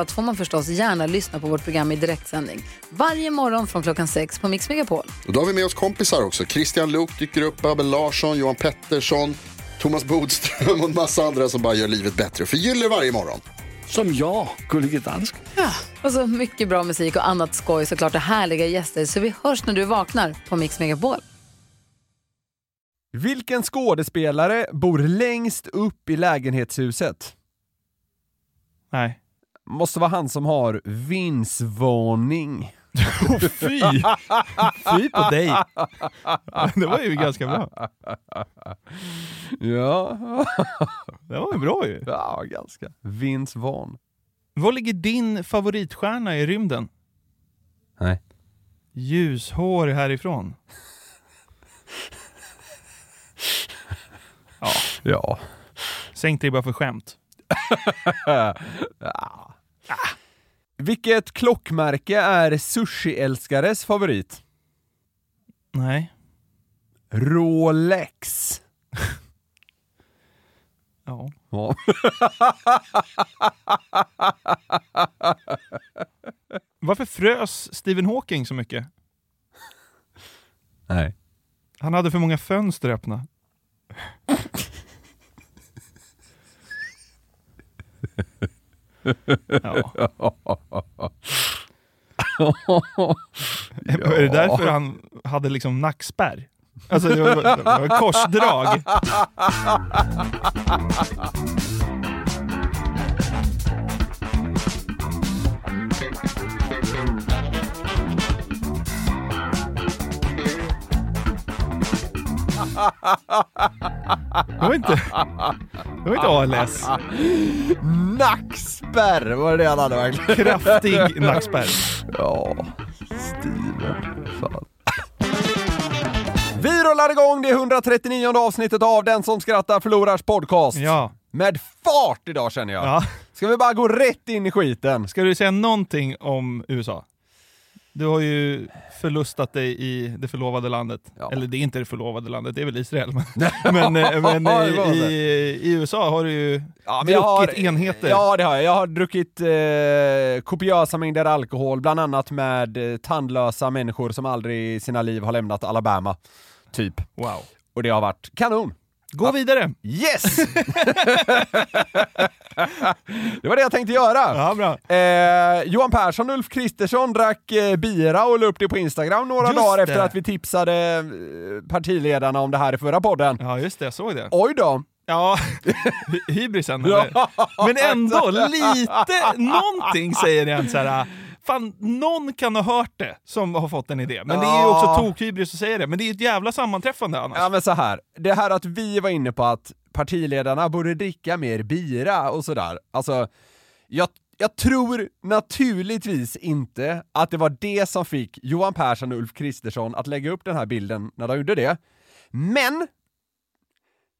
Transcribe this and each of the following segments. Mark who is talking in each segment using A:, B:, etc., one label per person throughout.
A: allt får man förstås gärna lyssna på vårt program i direktsändning. Varje morgon från klockan sex på Mix Megapol.
B: Och då har vi med oss kompisar också. Christian Luuk dyker upp, Abel Larsson, Johan Pettersson, Thomas Bodström och en massa andra som bara gör livet bättre och förgyller varje morgon.
C: Som jag, Gullige Dansken.
A: Och så mycket bra musik och annat skoj såklart och härliga gäster. Så vi hörs när du vaknar på Mix Megapol.
D: Vilken skådespelare bor längst upp i lägenhetshuset?
E: Nej.
D: Måste vara han som har vindsvåning.
E: Oh, fy! fy på dig! det var ju ganska bra.
D: Ja,
E: Det var ju bra ju.
D: ja ganska. Vindsvan.
E: Var ligger din favoritstjärna i rymden?
D: Nej.
E: Ljushårig härifrån. Ja,
D: Ja.
E: sänk dig bara för skämt.
D: Vilket klockmärke är sushiälskares favorit?
E: Nej.
D: Rolex.
E: Ja.
D: Ja.
E: Varför frös Stephen Hawking så mycket?
D: Nej.
E: Han hade för många fönster öppna. Ja. Är det därför han hade liksom nackspärr? Alltså det var, det var korsdrag. Det var inte, det var inte ALS.
D: Nackspärr var det han hade verkligen.
E: Kraftig nackspärr.
D: Ja, Steven. Fan. Vi rullar igång det 139 avsnittet av Den som skrattar förlorars podcast.
E: Ja.
D: Med fart idag känner jag.
E: ja.
D: Ska vi bara gå rätt in i skiten?
E: Ska du säga någonting om USA? Du har ju förlustat dig i det förlovade landet.
D: Ja.
E: Eller det är inte det förlovade landet, det är väl Israel. Men, men, eh, men
D: Ja, det
E: i,
D: var det.
E: i, i USA har du ju
D: Ja, men
E: druckit
D: jag har-
E: enheter.
D: Ja, det har jag. Jag har druckit eh, kopiösa mängder alkohol, bland annat med eh, tandlösa människor som aldrig i sina liv har lämnat Alabama. Typ.
E: Wow.
D: Och det har varit kanon.
E: Gå vidare!
D: Yes! det var det jag tänkte göra.
E: Ja, bra.
D: Eh, Johan Persson och Ulf Kristersson drack eh, bira och la upp det på Instagram några
E: Just
D: dagar efter
E: det.
D: att vi tipsade eh, partiledarna om det här i förra podden.
E: Ja, just det. Jag såg det.
D: Oj då!
E: Ja, hy- hybrisen. eller? Men ändå lite, någonting säger den så här. Fan, någon kan ha hört det som har fått en idé. Men det är ju
D: Ja.
E: också tokhybris att säga det. Men det är ju ett jävla sammanträffande annars.
D: Ja men så här. det här att vi var inne på att partiledarna borde dricka mer bira och sådär. Alltså, jag, jag tror naturligtvis inte att det var det som fick Johan Persson och Ulf Kristersson att lägga upp den här bilden när de gjorde det. Men!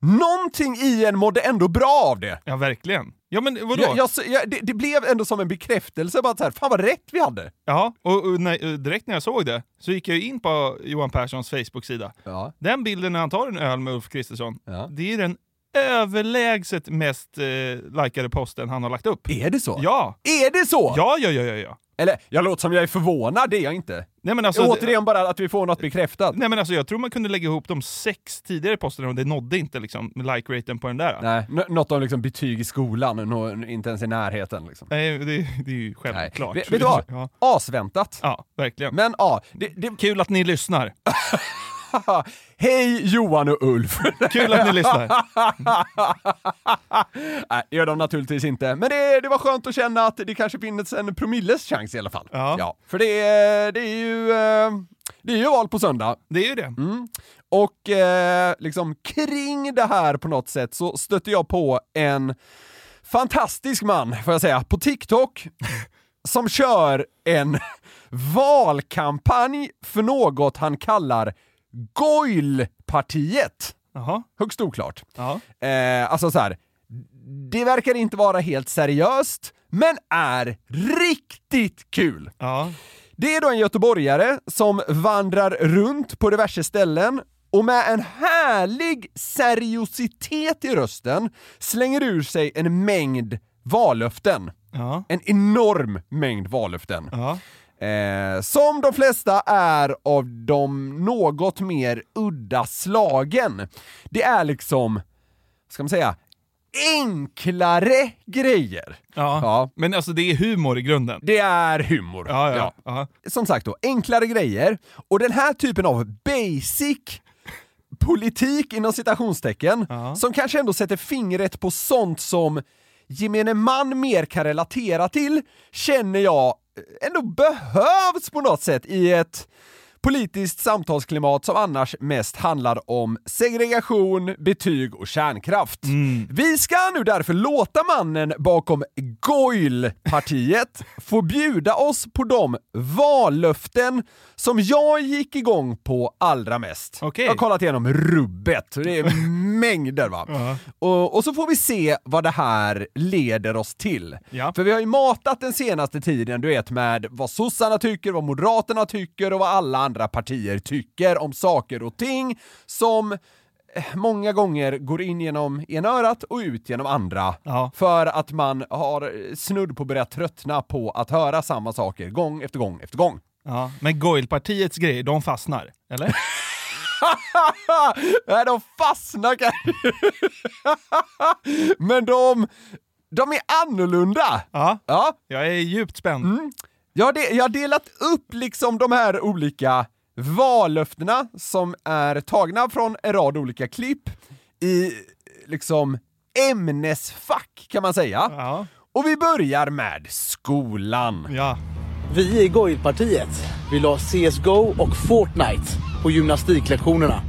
D: Någonting i en mådde ändå bra av det.
E: Ja, verkligen. Ja, men vadå?
D: Jag, jag, jag, det, det blev ändå som en bekräftelse, bara att så här, fan vad rätt vi hade.
E: Ja, och, och när, och direkt när jag såg det så gick jag ju in på Johan Perssons Facebook-sida.
D: Ja.
E: Den bilden när han tar en öl med Ulf Kristersson,
D: Ja.
E: det är den överlägset mest eh, likade posten han har lagt upp.
D: Är det så?
E: Ja.
D: Är det så?
E: ja, ja, ja, ja, ja.
D: Eller, jag låter som jag är förvånad, det är jag inte.
E: Nej men, alltså,
D: Återigen bara att vi får något bekräftat.
E: nej men alltså, jag tror man kunde lägga ihop de sex tidigare posterna och det nådde inte liksom like-raten på den där. Nej,
D: Nej, n- något om liksom betyg i skolan, nå- n- inte ens i närheten. Liksom.
E: det, det är ju
D: Nej.
E: självklart.
D: Vet, vet du vad?
E: Ja,
D: Asväntat.
E: ja verkligen.
D: Men ja, det, det,
E: Kul att ni lyssnar.
D: hej Johan och Ulf!
E: Kul att ni lyssnar.
D: Nej, det gör de naturligtvis inte. Men det, det var skönt att känna att det kanske finns en promilles chans i alla fall.
E: Ja.
D: för det, är- det är ju... eh, Det är ju val på söndag.
E: Det är ju det.
D: Mm. Och eh, liksom kring det här på något sätt så stötte jag på en fantastisk man, får jag säga, på TikTok som kör en valkampanj för något han kallar Goilpartiet.
E: Jaha.
D: Högst oklart.
E: Ja.
D: Eh, alltså så här. det verkar inte vara helt seriöst, men är riktigt kul.
E: Ja.
D: Det är då en göteborgare som vandrar runt på diverse ställen och med en härlig seriositet i rösten slänger ur sig en mängd vallöften.
E: Ja.
D: En enorm mängd vallöften.
E: Ja.
D: Eh, som de flesta är av de något mer udda slagen. Det är liksom, vad ska man säga, enklare grejer.
E: Ja.
D: Ja.
E: Men alltså det är humor i grunden.
D: Det är humor.
E: Ja, ja. ja.
D: Som sagt då, enklare grejer. Och den här typen av basic politik inom citationstecken, som kanske ändå sätter fingret på sånt som gemene man mer kan relatera till, känner jag eh, ändå behövs på något sätt i ett politiskt samtalsklimat som annars mest handlar om segregation, betyg och kärnkraft. Vi ska nu därför låta mannen bakom Goil-partiet få bjuda oss på de vallöften som jag gick igång på allra mest.
E: Okej.
D: Jag har kollat igenom rubbet, och det är mängder va. Och, och så får vi se vad det här leder oss till.
E: Ja.
D: För vi har ju matat den senaste tiden, du vet, med vad sossarna tycker, vad moderaterna tycker och vad alla andra partier tycker om saker och ting som eh, många gånger går in genom ena örat och ut genom andra.
E: Ja.
D: För att man har eh, snudd på börjat tröttna på att höra samma saker gång efter gång efter gång.
E: ja. Men Goilpartiets grejer, de fastnar. Eller?
D: Nej, de fastnar kan- Men de, de är annorlunda!
E: Ja.
D: Ja,
E: Jag är djupt spänd.
D: Jag har, de, jag har delat upp liksom de här olika vallöftena som är tagna från en rad olika klipp i liksom ämnesfack kan man säga.
E: Ja. Mm.
D: Och vi börjar med skolan.
E: Ja.
F: Vi i Goilpartiet vill ha CSGO och Fortnite på gymnastiklektionerna.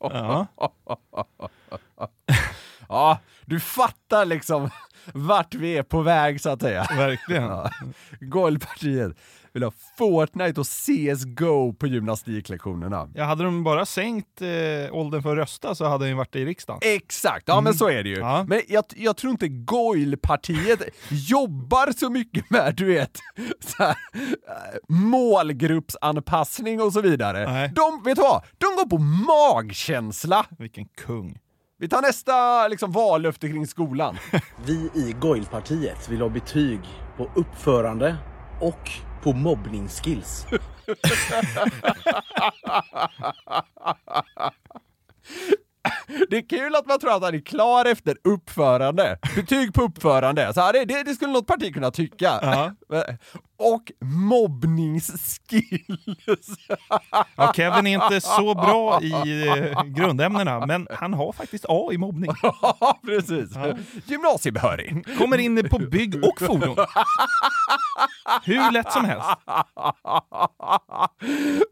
E: ja.
D: Ja, du fattar liksom vart vi är på väg så att säga.
E: Verkligen.
D: Ja. Golvpartiet vill ha Fortnite och CSGO på gymnastiklektionerna.
E: Ja, hade de bara sänkt eh, åldern för att rösta så hade han ju varit i riksdagen.
D: Exakt, ja men så är det ju.
E: Mm. Ja.
D: Men jag, jag tror inte Goilpartiet jobbar så mycket med, du vet, så här, eh, målgruppsanpassning och så vidare.
E: Nej.
D: De, vet du vad? De går på magkänsla.
E: Vilken kung.
D: Vi tar nästa liksom, vallöfte kring skolan.
F: Vi i Goilpartiet vill ha betyg på uppförande och på mobbningsskills.
D: Det är kul att man tror att han är klar efter uppförande. Betyg på uppförande. Så här, det- det, det skulle något parti kunna tycka.
E: Ja.
D: Och mobbningsskills.
E: Ja, Kevin är inte så bra i eh, grundämnena, men han har faktiskt A i mobbning.
D: Ja, precis. Gymnasiebehörig.
E: Kommer in på bygg och fordon. Hur lätt som helst.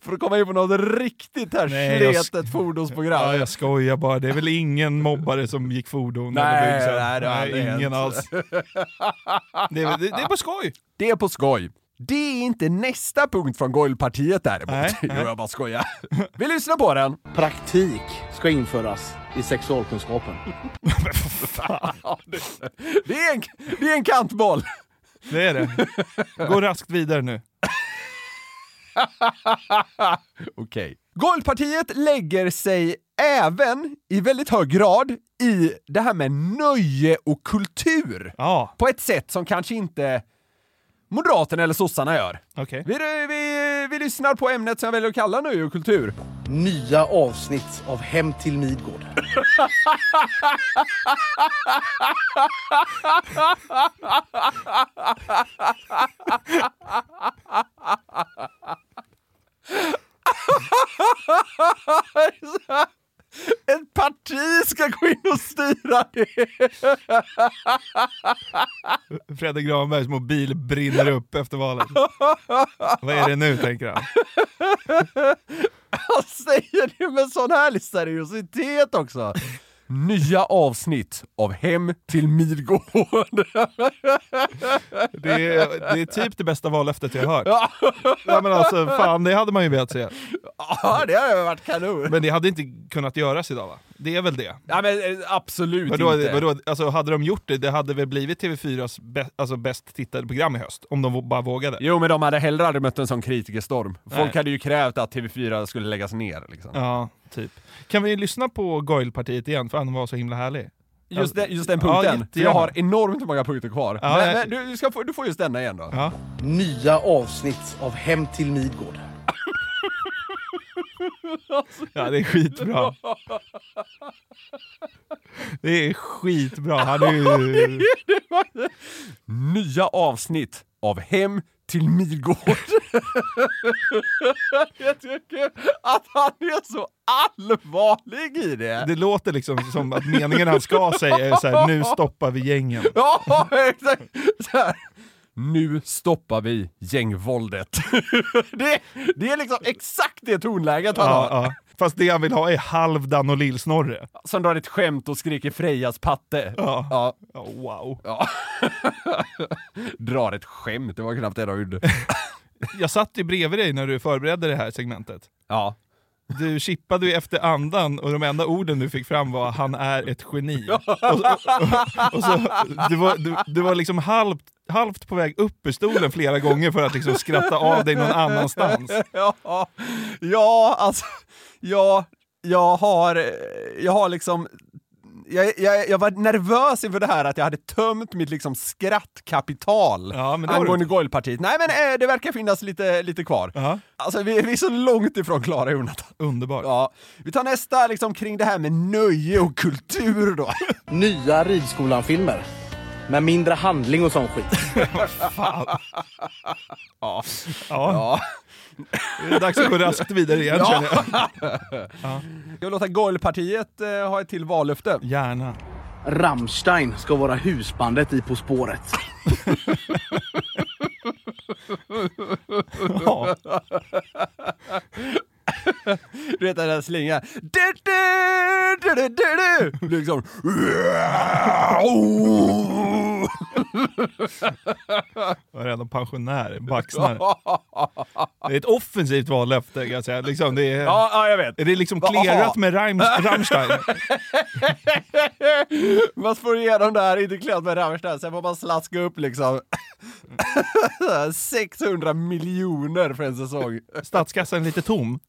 D: För att komma in på något riktigt här
E: Nej, jag
D: sletet fordonsprogram.
E: Ja, jag skojar bara. Det är väl ingen mobbare som gick fordon
D: Nej,
E: eller byggsen?
D: nej, det har aldrig hänt.
E: ingen alls. Det är, det, det är på skoj.
D: Det är på skoj. Det är inte nästa punkt från Goilpartiet däremot.
E: Nej,
D: Jo,
E: nej.
D: jag bara skojar. Vi lyssnar på den.
F: Praktik ska införas i sexualkunskapen.
D: Det är en, det är en kantboll.
E: Det är det. Gå raskt vidare nu.
D: Okej. Goilpartiet lägger sig även i väldigt hög grad i det här med nöje och kultur.
E: Ja,
D: På ett sätt som kanske inte Moderaterna eller sossarna gör.
E: okej.
D: Vi, vi, vi lyssnar på ämnet som jag väljer att kalla nöje och kultur.
F: Nya avsnitt av Hem till Midgård.
D: Ett parti ska gå in och styra det!
E: Fredrik Granbergs mobil brinner upp efter valet. Vad är det nu, tänker han.
D: Han säger det med sån härlig seriositet också. Nya avsnitt av Hem till Midgård.
E: Det är, det är typ det bästa vallöftet jag har hört. Ja, men alltså, fan, det hade man ju velat se.
D: ja, det hade varit kanon.
E: Men det hade inte kunnat göras idag va? Det är väl det?
D: Ja, men eh, absolut
E: Vadå,
D: inte.
E: vadå, alltså, hade de gjort det, det hade väl blivit TV4s bä, alltså, bäst tittade program i höst? Om de v- bara vågade.
D: Jo, men de hade hellre aldrig mött en sån kritikerstorm. Folk
E: Nej.
D: hade ju krävt att TV4 skulle läggas ner. Liksom.
E: Ja, typ. Kan vi lyssna på Goil-partiet igen, för han var så himla härlig.
D: Just, den- just den
E: Ja,
D: punkten. för jag
E: jättegärna.
D: har enormt många punkter kvar.
E: Ja,
D: men,
E: jag-
D: men, du, du, ska få, du får just denna igen då.
E: Ja.
F: Nya avsnitt av Hem till Midgård.
E: Ja, det är skitbra. Det är skitbra. Han är ju...
D: Nya avsnitt av Hem till Midgård. jag tycker att han är så allvarlig i det.
E: Det låter liksom som att meningen han ska säga är så här, nu stoppar vi gängen.
D: Ja, exakt! Så här. Nu stoppar vi gängvåldet. det, det är liksom exakt det tonläget han
E: Ja,
D: har.
E: ja. Fast det han vill ha är halvdan och lillsnorre.
D: Som drar ett skämt och skriker Frejas patte.
E: Ja.
D: Ja.
E: Ja, wow.
D: Drar ett skämt, det var knappt det de gjorde.
E: Jag satt ju bredvid dig när du förberedde det här segmentet.
D: Ja.
E: Du chippade ju efter andan och de enda orden du fick fram var “han är ett geni”. Och, och, och så, du, var, du, du var liksom halvt, halvt på väg upp ur stolen flera gånger för att liksom skratta av dig någon annanstans.
D: ja, ja, alltså, ja, jag har, eh, jag har liksom, jag, jag, jag var nervös inför det här att jag hade tömt mitt liksom skrattkapital
E: Ja, men det har
D: angående Goilpartiet. Nej, men eh, det verkar finnas lite, lite kvar.
E: Ja.
D: Alltså, vi, vi är så långt ifrån klara, Jonathan.
E: Underbart.
D: Ja, vi tar nästa liksom kring det här med nöje och kultur då.
F: Nya Ridskolan-filmer. Med mindre handling och sån skit.
D: Ja.
E: Ja,
D: ja.
E: det är dags att gå raskt vidare igen känner jag.
D: Jag vill låta Goilpartiet eh, ha ett till vallöfte.
E: Gärna.
F: Rammstein ska vara husbandet i På spåret.
E: Ja.
D: Du vet den där slingan. Du, du, du, du, du, du. Liksom.
E: Jag är redan pensionär, baxnare. Det är ett offensivt vallöfte kan jag säga. Liksom, det är,
D: Ja, ja, jag vet.
E: är det liksom clearat med Rams, Rammstein?
D: Man får igenom det här, inte klart med Rammstein, sen får man slaska upp liksom Mm. 600 miljoner för en säsong.
E: Statskassan är lite tom.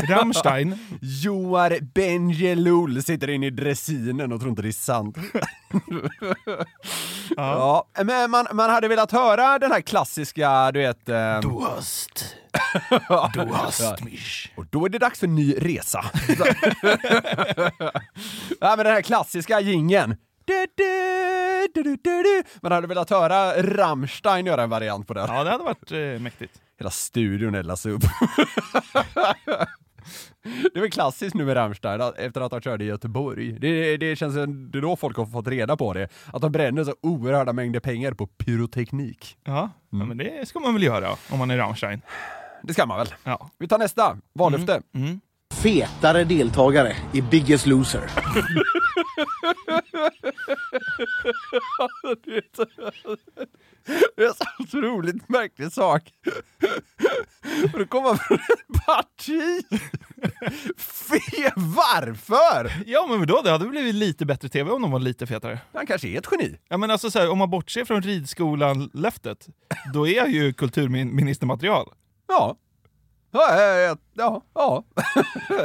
E: Rammstein,
D: Joar Benjelul sitter inne i dressinen och tror inte det är sant. ja. men man, man hade velat höra den här klassiska, du vet... ehm,
E: hast. Du hast mich.
D: Och då är det dags för ny resa. Nej, men den här klassiska gingen. Man hade velat höra Rammstein göra en variant på den.
E: Ja, det hade varit eh, mäktigt.
D: Hela studion eldas upp. Det är väl klassiskt nu med Rammstein, att- efter att de körde i Göteborg. Det, det känns som det är då folk har fått reda på det. Att de bränner så oerhörda mängder pengar på pyroteknik.
E: Ja, ja,
D: Mm.
E: men det ska man väl göra om man är Rammstein.
D: Det ska man väl.
E: Ja.
D: Vi tar nästa. Vallöfte.
F: Fetare deltagare i Biggest Loser.
D: Det är en så otroligt märklig sak. För att komma från ett parti! Fe, varför?
E: ja, men då Det hade blivit lite bättre tv om de var lite fetare.
D: Han kanske är ett geni.
E: Ja, men alltså, så här, om man bortser från ridskolan-löftet, då är jag ju kulturministermaterial.
D: Ja. Ja, ja, ja, ja, ja.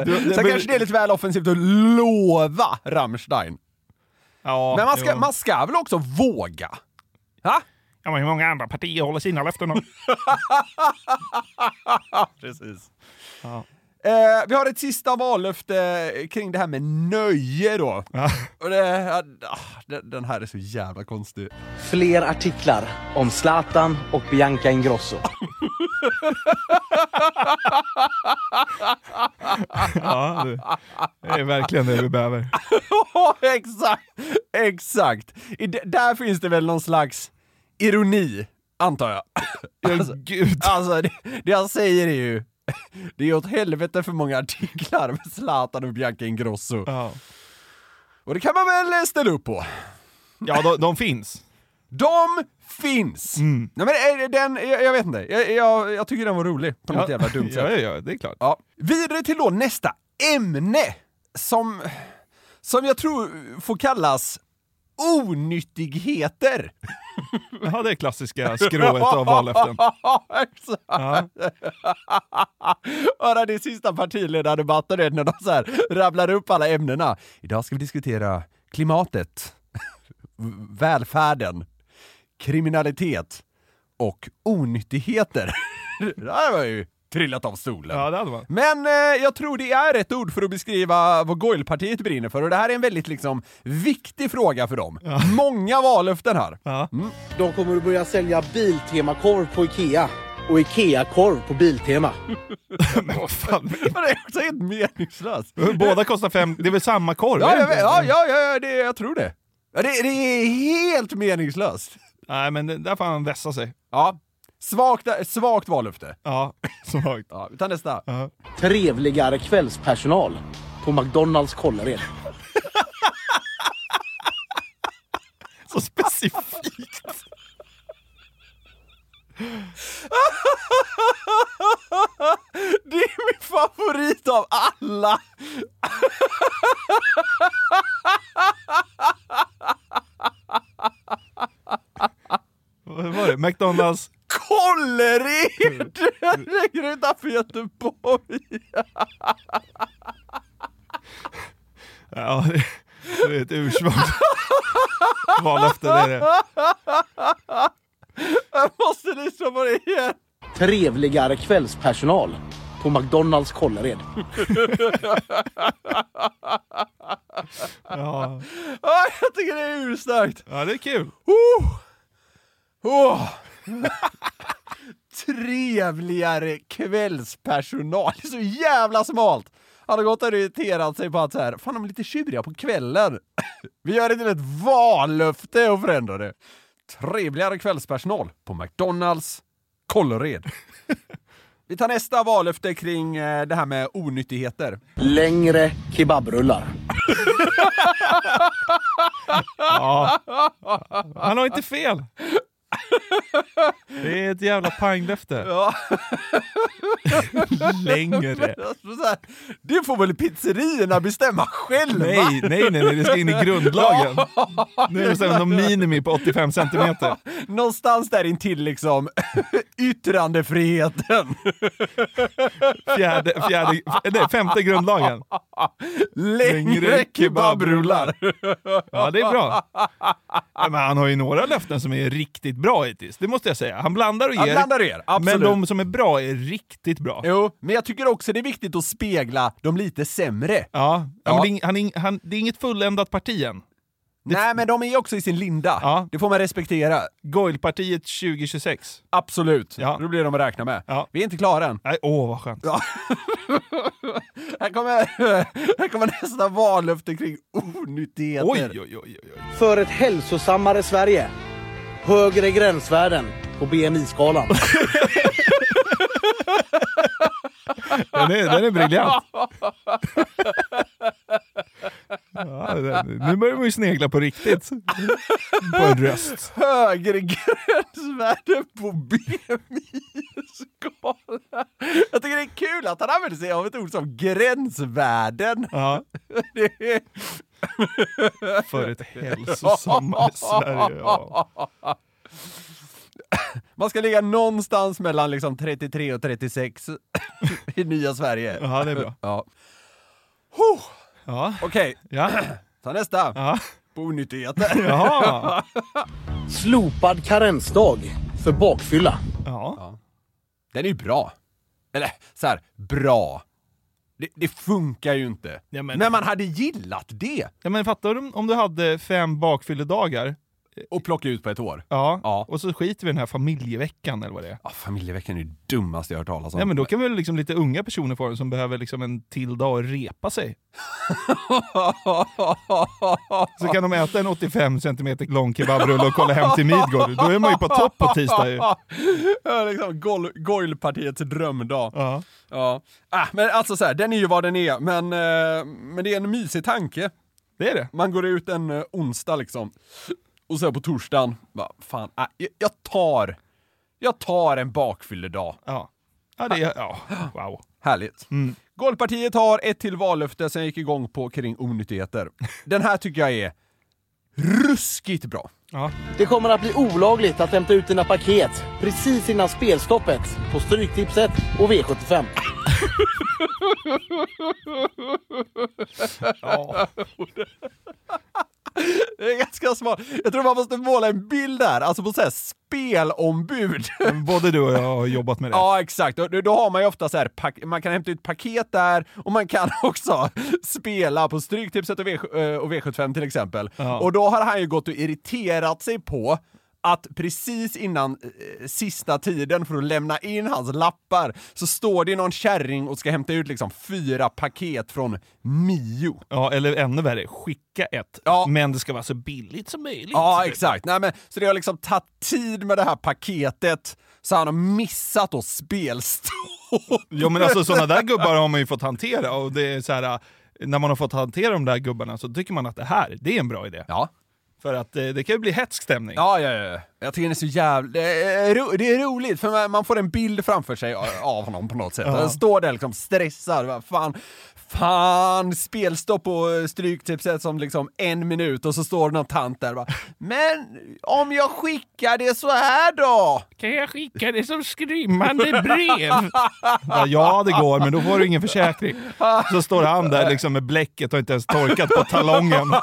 E: det-
D: Sen
E: men-
D: kanske det är lite väl offensivt att lova Rammstein.
E: Ja,
D: Men man ska,
E: jo.
D: man ska väl också våga? Ha?
E: Ja, men hur många andra partier håller sina löften? då?
D: Precis. Eh, vi har ett sista vallöfte kring det här med nöje då.
E: Ja.
D: Och det, ah, den- den här är så jävla konstig.
F: Fler artiklar om Zlatan och Bianca Ingrosso.
E: ja, det- det är verkligen det vi behöver.
D: Ja, exakt! Exakt! I d- där finns det väl någon slags ironi, antar jag.
E: Ja,
D: Alltså,
E: gud.
D: alltså det, det han säger är ju... Det är åt helvete för många artiklar med Zlatan och Bianca Ingrosso.
E: Ja.
D: Och det kan man väl eh, ställa upp på.
E: Ja, de, de finns.
D: De finns!
E: Mm.
D: Nej, men eh, den, jag, jag vet inte, jag, jag, jag tycker den var rolig på något
E: ja.
D: jävla dumt sätt.
E: Ja, ja, ja, det är klart.
D: Ja. Vidare till då nästa ämne som, som jag tror får kallas onyttigheter.
E: Ja, det är klassiska skrået av vallöften.
D: Exakt.
E: Ja.
D: Höra det i sista partiledardebatten vet, när de så här rabblar upp alla ämnena. Idag ska vi diskutera klimatet, v- välfärden, kriminalitet och onyttigheter. det här var ju trillat av stolen.
E: ja, det hade man.
D: Men eh, jag tror det är ett ord för att beskriva vad Goilpartiet brinner för och det här är en väldigt liksom viktig fråga för dem. Många vallöften här.
E: Ja.
F: De kommer att börja sälja Biltema-korv på Ikea och Ikea-korv på Biltema.
E: Men vad fan.
D: Men det är också helt meningslöst.
E: Båda kostar fem, det är väl samma korv?
D: Ja,
E: är det
D: jag,
E: inte?
D: vet- ja, ja, ja det, jag tror det. Ja, det. Det är helt meningslöst.
E: Nej, men det- där får han vässa sig.
D: Ja, svagt, svagt vallöfte.
E: Ja, svagt.
D: Ja, utan nästa.
F: Trevligare kvällspersonal på McDonalds Kållered.
E: Så specifikt.
D: Det är min favorit av alla!
E: Vad var det? McDonalds?
D: Kållered! Den ligger utanför Göteborg.
E: Ja, det, det är ett ursvagt vallöfte. Det är det.
D: Jag måste lyssna på det igen.
F: Trevligare kvällspersonal på McDonalds Kållered.
E: Ja.
D: Ja, jag tycker det är urstarkt.
E: ja, det är kul.
D: Oh. Oh. Trevligare kvällspersonal. Det är så jävla smalt. Han har gått och irriterat sig på att så här, fan de är lite tjuriga på kvällen. Vi gör det till ett vallöfte och förändrar det. Trevligare kvällspersonal på McDonalds Kållered. Vi tar nästa vallöfte kring eh, det här med onyttigheter.
F: Längre kebabrullar.
E: Han har inte fel. Det är ett jävla panglöfte.
D: Ja.
E: Längre.
D: Alltså, så här, Det får väl pizzerierna bestämma själva?
E: Nej, nej, nej, nej, det ska in i grundlagen. Nu bestämmer de minimi på 85 centimeter.
D: Någonstans där intill liksom yttrandefriheten.
E: Fjärde, fjärde, nej, femte grundlagen.
D: Längre
E: Längre
D: kebabrullar.
E: Ja, det är bra. Ja, Men han har ju några löften som är riktigt bra hittills, det måste jag säga. Han blandar och ger.
D: Han blandar och ger, absolut.
E: Men de som är bra är riktigt bra. Ja,
D: Jo, men jag tycker också det är viktigt att spegla de lite sämre.
E: ja. Men
D: Ja.
E: det, är, ing- han, är ing- han, det är inget fulländat parti än.
D: Nej, men de är ju också i sin linda.
E: Ja.
D: Det får man respektera.
E: Goilpartiet 2026.
D: Absolut.
E: Ja.
D: Då blir de att räkna med.
E: Ja.
D: Vi är inte klara än.
E: Nej, åh vad skönt.
D: Här kommer, här kommer nästa vallöfte kring onyttigheter.
E: Oj, oj, oj, oj. oj.
F: För ett hälsosammare Sverige. Högre gränsvärden på BMI-skalan.
E: Den är, den är briljant. Ja, den, nu börjar man ju snegla på riktigt. På en röst.
D: högre gränsvärden på BMI-skalan. Jag tycker det är kul att han använder sig av ett ord som gränsvärden.
E: Ja,
D: Det är-
E: för ett hälsosammare Sverige. Ja.
D: Man ska ligga någonstans mellan liksom 33 och 36 i nya Sverige.
E: ja, det är bra.
D: Ja. Huh.
E: Ja,
D: Okej,
E: ja,
D: ta nästa.
E: ja.
D: På onyttigheter.
E: Jaha.
F: Slopad karensdag för bakfylla.
E: Ja.
D: Den är ju bra. Eller så här, bra. Det, det funkar ju inte.
E: Ja, men-
D: men... man hade gillat det
E: ja, men fattar du om du hade fem bakfylledagar?
D: och plocka ut på ett år.
E: Ja.
D: Ja.
E: Och så skiter vi i den här familjeveckan eller vad det är.
D: Ah, familjeveckan är ju dummast jag har hört talas om.
E: Ja, men då kan väl liksom lite unga personer få den som behöver liksom en till dag att repa sig. Så kan de äta en 85 cm lång kebabrulle och kolla hem till Midgård. Då är man ju på topp på tisdag ju.
D: Ja, liksom gol- Goilpartiets drömdag. Ja.
E: Ja.
D: Ah, men alltså så här, den är ju vad den är, men, eh, men det är en mysig tanke.
E: Det är det.
D: Man går ut en eh, onsdag liksom, och så här på torsdagen, bara, fan, äh, jag- jag tar, jag tar en bakfylledag.
E: Ja. Ja, det är, ja. Wow.
D: Härligt. Golfpartiet har ett till vallöfte som jag gick igång på kring onyttigheter. Den här tycker jag är ruskigt bra.
E: Ja.
F: Det kommer att bli olagligt att hämta ut dina paket precis innan spelstoppet på Stryktipset och V75.
D: Det är ganska smart. Jag tror man måste måla en bild där, alltså på så här spelombud.
E: Men Både du och jag har jobbat med det.
D: Ja, exakt. Och då- då har man ju ofta så här, pak- man kan hämta ut paket där och man kan också spela på Stryktipset och, v- eh, och V75 till exempel.
E: Ja.
D: Och då har han ju gått och irriterat sig på att precis innan eh, sista tiden för att lämna in hans lappar så står det någon kärring och ska hämta ut liksom fyra paket från Mio.
E: Ja, eller ännu värre, skicka ett.
D: Ja.
E: Men det ska vara så billigt som möjligt.
D: Ja, exakt. Nej, men, så det har liksom tagit tid med det här paketet så han har missat då spelstopp.
E: Ja, men alltså sådana där gubbar har man ju fått hantera och det är så här, när man har fått hantera de där gubbarna så tycker man att det här, det är en bra idé.
D: Ja.
E: För att eh, det kan ju bli hätsk stämning.
D: Ja, ja, ja. Jag tycker den är så jävla... Det är, ro... det är roligt, för man- man får en bild framför sig av honom på något sätt. Han står där liksom stressad. Vad Fan, fan, spelstopp och stryktipset som liksom en minut och så står det någon tant där bara, Men om jag skickar det så här då?
E: Kan jag skicka det som skrymmande brev? Ja, ja, det går, men då får du ingen försäkring. Så står han där liksom med bläcket och inte ens torkat på talongen.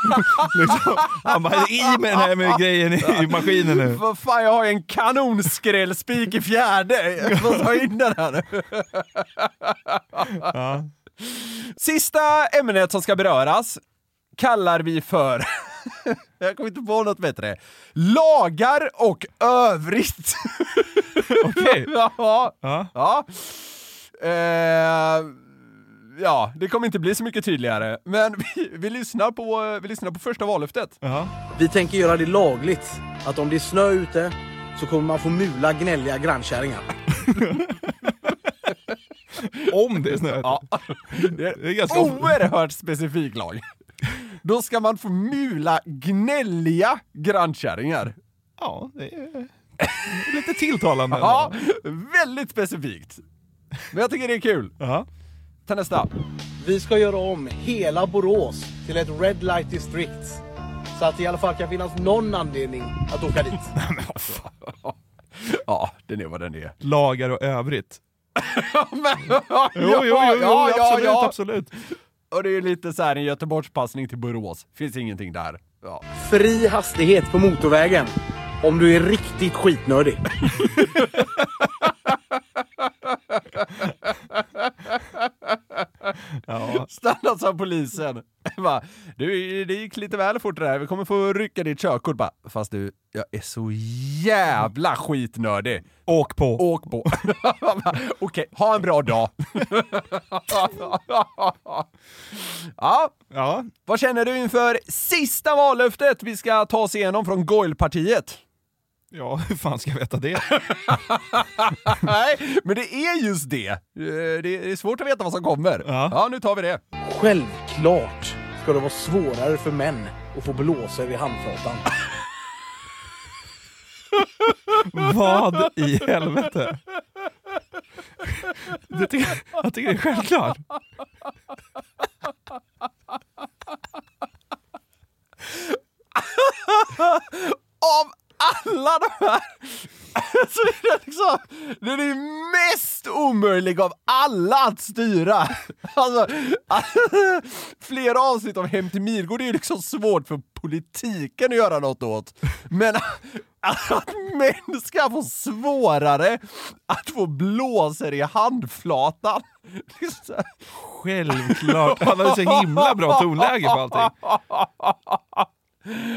E: Liksom, han bara, i med den här med grejen i, i maskinen nu.
D: Vad fan, jag har ju en kanonskrällspik i fjärde. Jag får ta in den här. Sista ämnet som ska beröras kallar vi för... Jag kommer inte på något bättre. Lagar och övrigt.
E: Okej.
D: ja.
E: Ja.
D: Ja. Eh, ja, det kommer inte bli så mycket tydligare. Men vi, vi, lyssnar, på, vi lyssnar på första vallöftet.
E: Ja.
F: Vi tänker göra det lagligt att om det är snö ute så kommer man få mula gnälliga grannkärringar.
E: Om det är snö.
D: Ja. Oh, Det är
E: Det är ganska of-
D: oerhört specifik lag. Då ska man få mula gnälliga grannkärringar.
E: Ja, det är lite tilltalande. ändå.
D: Ja, väldigt specifikt. Men jag tycker det är kul.
E: Ja.
D: Ta nästa.
F: Vi ska göra om hela Borås till ett Red Light District. Så att det i alla fall kan finnas någon anledning att åka dit.
D: Ja, den är vad den är.
E: Lagar och övrigt.
D: ja,
E: Jo, jo, jo, jo
D: ja, ja,
E: absolut,
D: ja.
E: absolut.
D: Och det är lite så här en Göteborgspassning till Borås. Finns ingenting där. Ja.
F: Fri hastighet på motorvägen. Om du är riktigt skitnödig.
E: Ja.
D: Stannas av polisen. Bara, du, det gick lite väl fort det där. Vi kommer få rycka ditt körkort. Bara, Fast du, jag är så jävla skitnödig.
E: Åk på.
D: Åk på. Okej, ha en bra dag. ja,
E: Ja.
D: vad känner du inför sista vallöftet vi ska ta oss igenom från Goilpartiet?
E: ja, hur fan ska jag veta det?
D: Nej, men det är just det. Eh, Det är svårt att veta vad som kommer.
E: Ja.
D: ja nu tar vi det.
F: Självklart ska det vara svårare för män att få blåsor i handflatan.
E: Vad i helvete? Det tycker, jag tycker det är självklart.
D: av alla de här så är det liksom, den är mest omöjlig av alla att styra. Alltså, flera avsnitt av Hem till Midgård är ju liksom svårt för politiken att göra något åt. Men att män ska få svårare att få blåser i handflatan. Liksom så här.
E: Självklart. Han hade så himla bra tonläge på allting.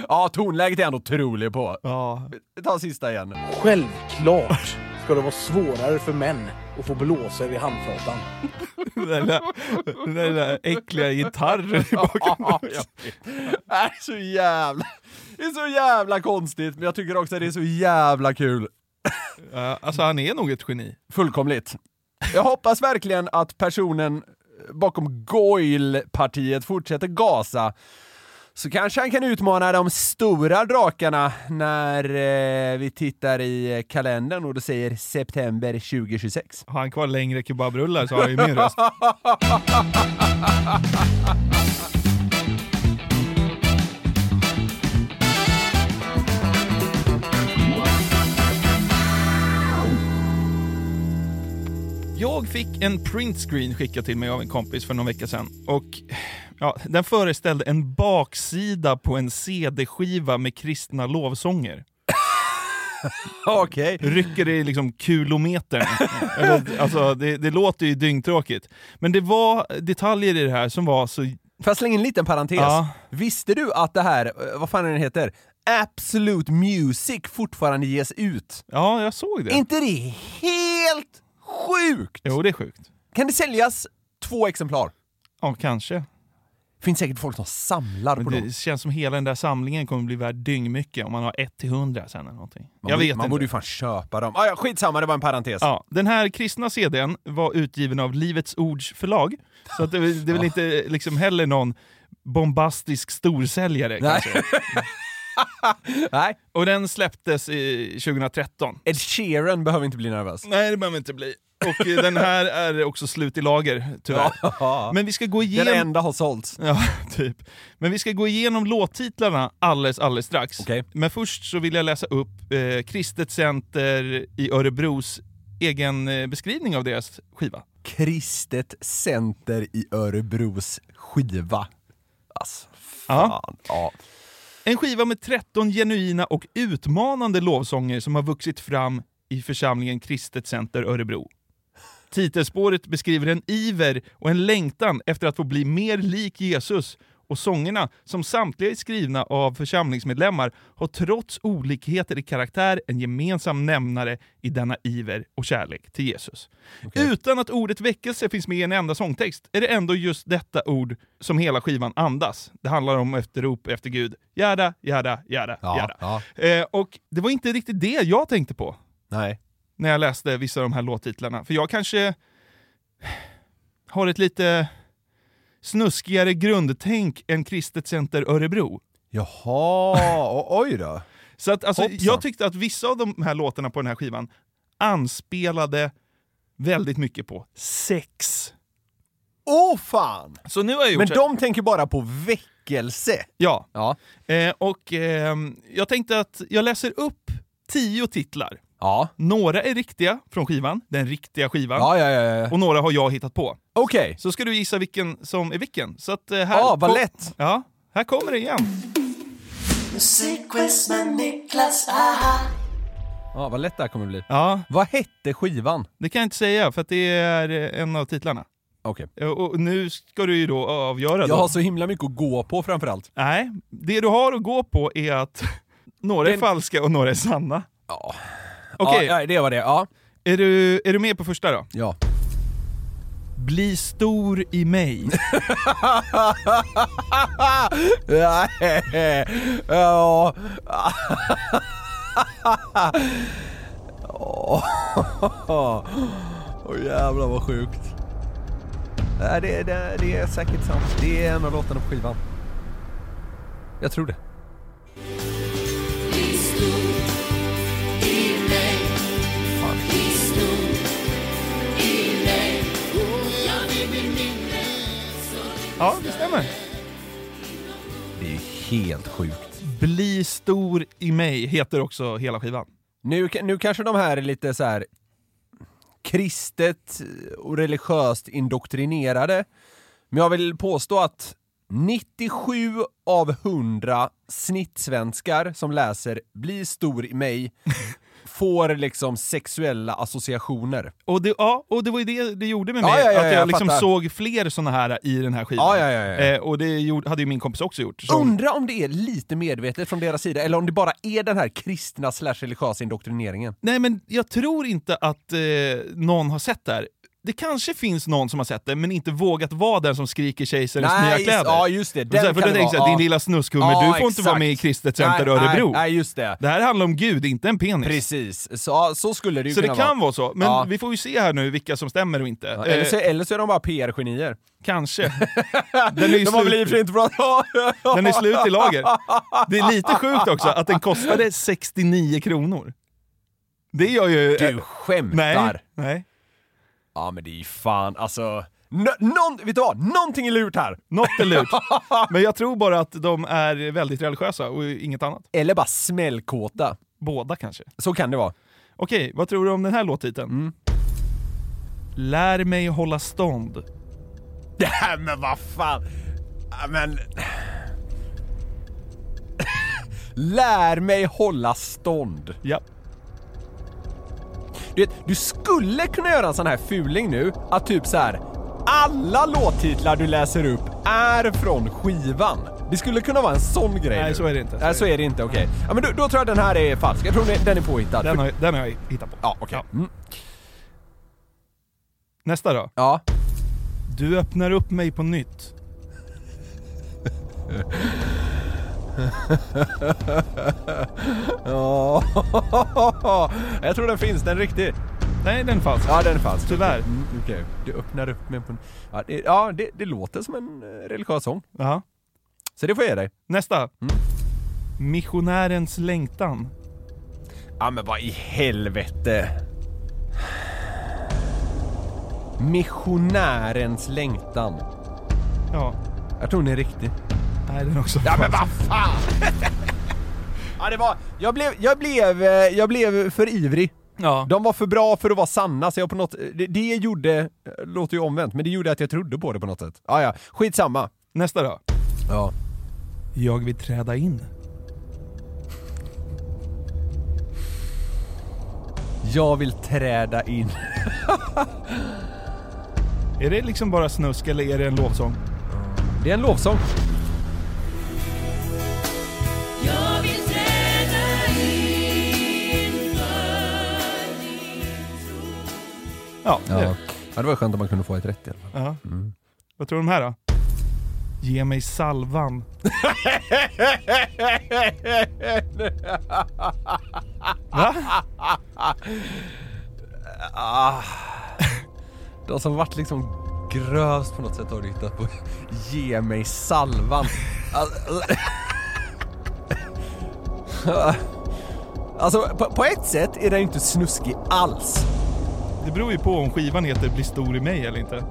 D: Ja, tonläget är han otrolig på.
E: Ja.
D: Ta sista igen.
F: Självklart ska det vara svårare för män att få blåsor i handflatan.
E: Den där, den där äckliga gitarren i bakgrunden.
D: Det är så jävla... Det är så jävla konstigt, men jag tycker också att det är så jävla kul.
E: Ja, Alltså han är nog ett geni.
D: Fullkomligt. Jag hoppas verkligen att personen bakom Goil-partiet fortsätter gasa Så kanske han kan utmana de stora drakarna när eh, vi tittar i eh, kalendern och det säger september 2026.
E: Har han kvar längre kebabrullar så har jag ju min röst. Jag fick en printscreen skickad till mig av en kompis för någon vecka sedan. Och ja, den föreställde en baksida på en CD-skiva med kristna lovsånger.
D: Okej.
E: rycker i liksom kulometern. Eller, alltså, det, det låter ju dyngtråkigt. Men det var detaljer i det här som var så...
D: Får jag slänga in en liten parentes?
E: Ja.
D: Visste du att det här, eh, vad fan är den heter, Absolute Music fortfarande ges ut?
E: Ja, jag såg det.
D: inte det helt sjukt?
E: Jo, det är sjukt.
D: Kan det säljas två exemplar?
E: Ja, kanske.
D: Finns säkert folk som samlar på
E: Men
D: dem.
E: det känns som hela den där samlingen kommer bli värd dyngmycket om man har 1 till 100 sen eller någonting.
D: Man,
E: jag
D: borde-
E: vet
D: man
E: inte.
D: borde ju fan köpa dem. Ah, ja, skitsamma, det var en parentes.
E: Ja, den här kristna CDn var utgiven av Livets Ords förlag, så att det, är väl- det är väl inte liksom heller någon bombastisk storsäljare
D: Nej.
E: kanske.
D: Nej,
E: Och den släpptes i 2013.
D: Ed Sheeran behöver inte bli nervös.
E: Nej, det behöver inte bli. Och eh, den här är också slut i lager, tyvärr. Men vi ska gå
D: Den
E: igenom...
D: enda har sålts.
E: Ja, typ. Men vi ska gå igenom låttitlarna alldeles, alldeles strax.
D: Okej.
E: Men först så vill jag läsa upp eh, Kristet Center i Örebros egen eh, beskrivning av deras skiva.
D: Kristet Center i Örebros skiva. Alltså,
E: Ja.
D: fan. Ja.
E: En skiva med 13 genuina och utmanande lovsånger som har vuxit fram i församlingen Kristet Center Örebro. Titelspåret beskriver en iver och en längtan efter att få bli mer lik Jesus och sångerna, som samtliga är skrivna av församlingsmedlemmar, har trots olikheter i karaktär en gemensam nämnare i denna iver och kärlek till Jesus. Utan att ordet väckelse finns med i en enda sångtext är det ändå just detta ord som hela skivan andas. Det handlar om efterrop efter Gud. Jada, jada, jada, jada.
D: ja.
E: Eh, och det var inte riktigt det jag tänkte på
D: Nej.
E: när jag läste vissa av de här låttitlarna. För jag kanske har ett lite snuskigare grundtänk än Kristet Center Örebro.
D: Jaha, o- oj då.
E: Så att, alltså,
D: Hoppsan.
E: jag tyckte att vissa av de här låtarna på den här skivan anspelade väldigt mycket på sex.
D: Åh fan!
E: Så nu har jag gjort
D: Men
E: så-
D: de tänker bara på väckelse.
E: Ja.
D: Ja.
E: Eh, och ehm, jag tänkte att jag läser upp tio titlar.
D: Ja.
E: Några är riktiga från skivan, den riktiga skivan.
D: Ja, ja, ja. ja.
E: Och några har jag hittat på.
D: Okej.
E: Så ska du gissa vilken som är vilken. Så att, eh, här
D: Ja, vad
E: kom-
D: lätt.
E: Ja, här kommer det igen.
G: Musikquiz med Niklas, aha.
D: Ja, vad lätt det här kommer bli.
E: Ja,
D: Vad hette skivan?
E: det kan jag inte säga för att det är eh, en av titlarna.
D: Okej.
E: Eh, Och nu ska du ju då avgöra.
D: Jag
E: Då.
D: har så himla mycket att gå på framförallt.
E: Nej, det du har att gå på är att några är
D: Den-
E: falska och några är sanna.
D: Ja.
E: Okej,
D: Ja, ja, det var det. Ja.
E: är, du, är du med på första då?
D: ja.
E: Bli stor i mig.
D: Nej. Ja. Åh jävlar vad sjukt. Nej, Det, det, det är säkert sant. Det är en av låtarna på skivan. Jag tror det.
E: Ja, det stämmer.
D: Det är ju helt sjukt.
E: Bli stor i mig heter också hela skivan.
D: Nu, nu kanske de här är lite så här kristet och religiöst indoktrinerade. Men jag vill påstå att 97 av 100 snittsvenskar som läser Bli stor i mig får liksom sexuella associationer.
E: Och det, ja, och det var ju det det gjorde med mig,
D: Ja, ja, ja,
E: att jag,
D: jag
E: liksom
D: fattar.
E: såg fler såna här i den här skivan.
D: Ja, ja, ja, Oh, ja.
E: Eh, och det gjorde, hade ju min kompis också gjort. Så,
D: Undra om det är lite medvetet från deras sida eller om det bara är den här kristna slash religiösa indoktrineringen.
E: Nej men jag tror inte att eh, någon har sett det här det kanske finns någon som har sett det, men inte vågat vara den som skriker kejsarens
D: Nej,
E: nya
D: just-
E: kläder.
D: ja, just det.
E: Och
D: Den
E: så här, för
D: kan
E: då
D: det
E: tänker jag,
D: vara,
E: din
D: ja.
E: lilla snuskhumme,
D: Ja,
E: du får inte
D: exakt.
E: vara med i kristet center
D: Nej,
E: Örebro.
D: Nej, nej, just det.
E: Det här handlar om Gud, inte en penis.
D: Precis, så, så skulle det ju
E: Så det
D: kunna
E: kan
D: vara.
E: vara så, men
D: Ja.
E: vi får ju se här nu vilka som stämmer och inte.
D: Ja,
E: Eh,
D: Eller så, eller så är de bara PR-genier.
E: Kanske. Den är ju
D: De har väl i och
E: slut,
D: för sig inte pratat...
E: den är slut i lager. Det är lite sjukt också att den kostade 69 kronor. Det gör ju... eh,
D: Du skämtar!
E: nej, nej.
D: Ja men det är ju fan alltså... Nå- någon, vet du vad? Någonting är lurt här!
E: Något är lurt. Men jag tror bara att de är väldigt religiösa och inget annat.
D: Eller bara smällkåta.
E: Båda kanske.
D: Så kan det vara.
E: Okej, vad tror du om den här låttiteln?
D: Mm.
E: Lär mig hålla stånd.
D: Nej men vad fan! Ja, Men... Lär mig hålla stånd.
E: Ja.
D: Du, vet, du skulle kunna göra en sån här fuling nu, att typ så här. Alla låttitlar du läser upp är från skivan. Det skulle kunna vara en sån grej
E: Nej,
D: nu.
E: så är det inte.
D: Nej, så är det inte. Okej. Ja, men då, då tror jag den här är falsk. Jag tror den är- den är påhittad.
E: Den har, den har jag hittat på.
D: Ja, okej. Mm.
E: Nästa då.
D: Ja.
E: Du öppnar upp mig på nytt.
D: Ja. jag tror den finns. Den är riktig.
E: Nej, den är falsk.
D: Ja, den är falsk.
E: Tyvärr.
D: Mm, Okej. Du öppnar upp mig på en... Ja, det, ja det, det låter som en eh, religiös sång.
E: Ja.
D: Så det får jag ge dig.
E: Nästa.
D: Mm.
E: Missionärens längtan.
D: Ja men vad i helvete. Missionärens längtan.
E: Ja.
D: Jag tror den är riktig.
E: Nej, den är också
D: Ja
E: falsk.
D: men vad fan! ja det var... Jag blev, jag blev, eh, jag blev för ivrig.
E: Ja.
D: De var för bra för att vara sanna så jag på något... Det, det gjorde... Låter ju omvänt, men det gjorde att jag trodde på det på något sätt. Ja, ja. Skitsamma.
E: Nästa då.
D: Ja.
E: Jag vill träda in.
D: Jag vill träda in.
E: Är det liksom bara snusk eller är det en lovsång?
D: Det är en lovsång.
E: Ja, det är
D: Ja.
E: det.
D: ja, det var skönt om man kunde få ett rätt i alla fall.
E: Ja. Vad tror du om här då? Ge mig salvan. Va?
D: De som varit liksom grövst på något sätt har du hittat på. Ge mig salvan. Alltså- Alltså på, på ett sätt är den ju inte snuskig alls.
E: Det beror ju på om skivan heter Bli stor i mig eller inte.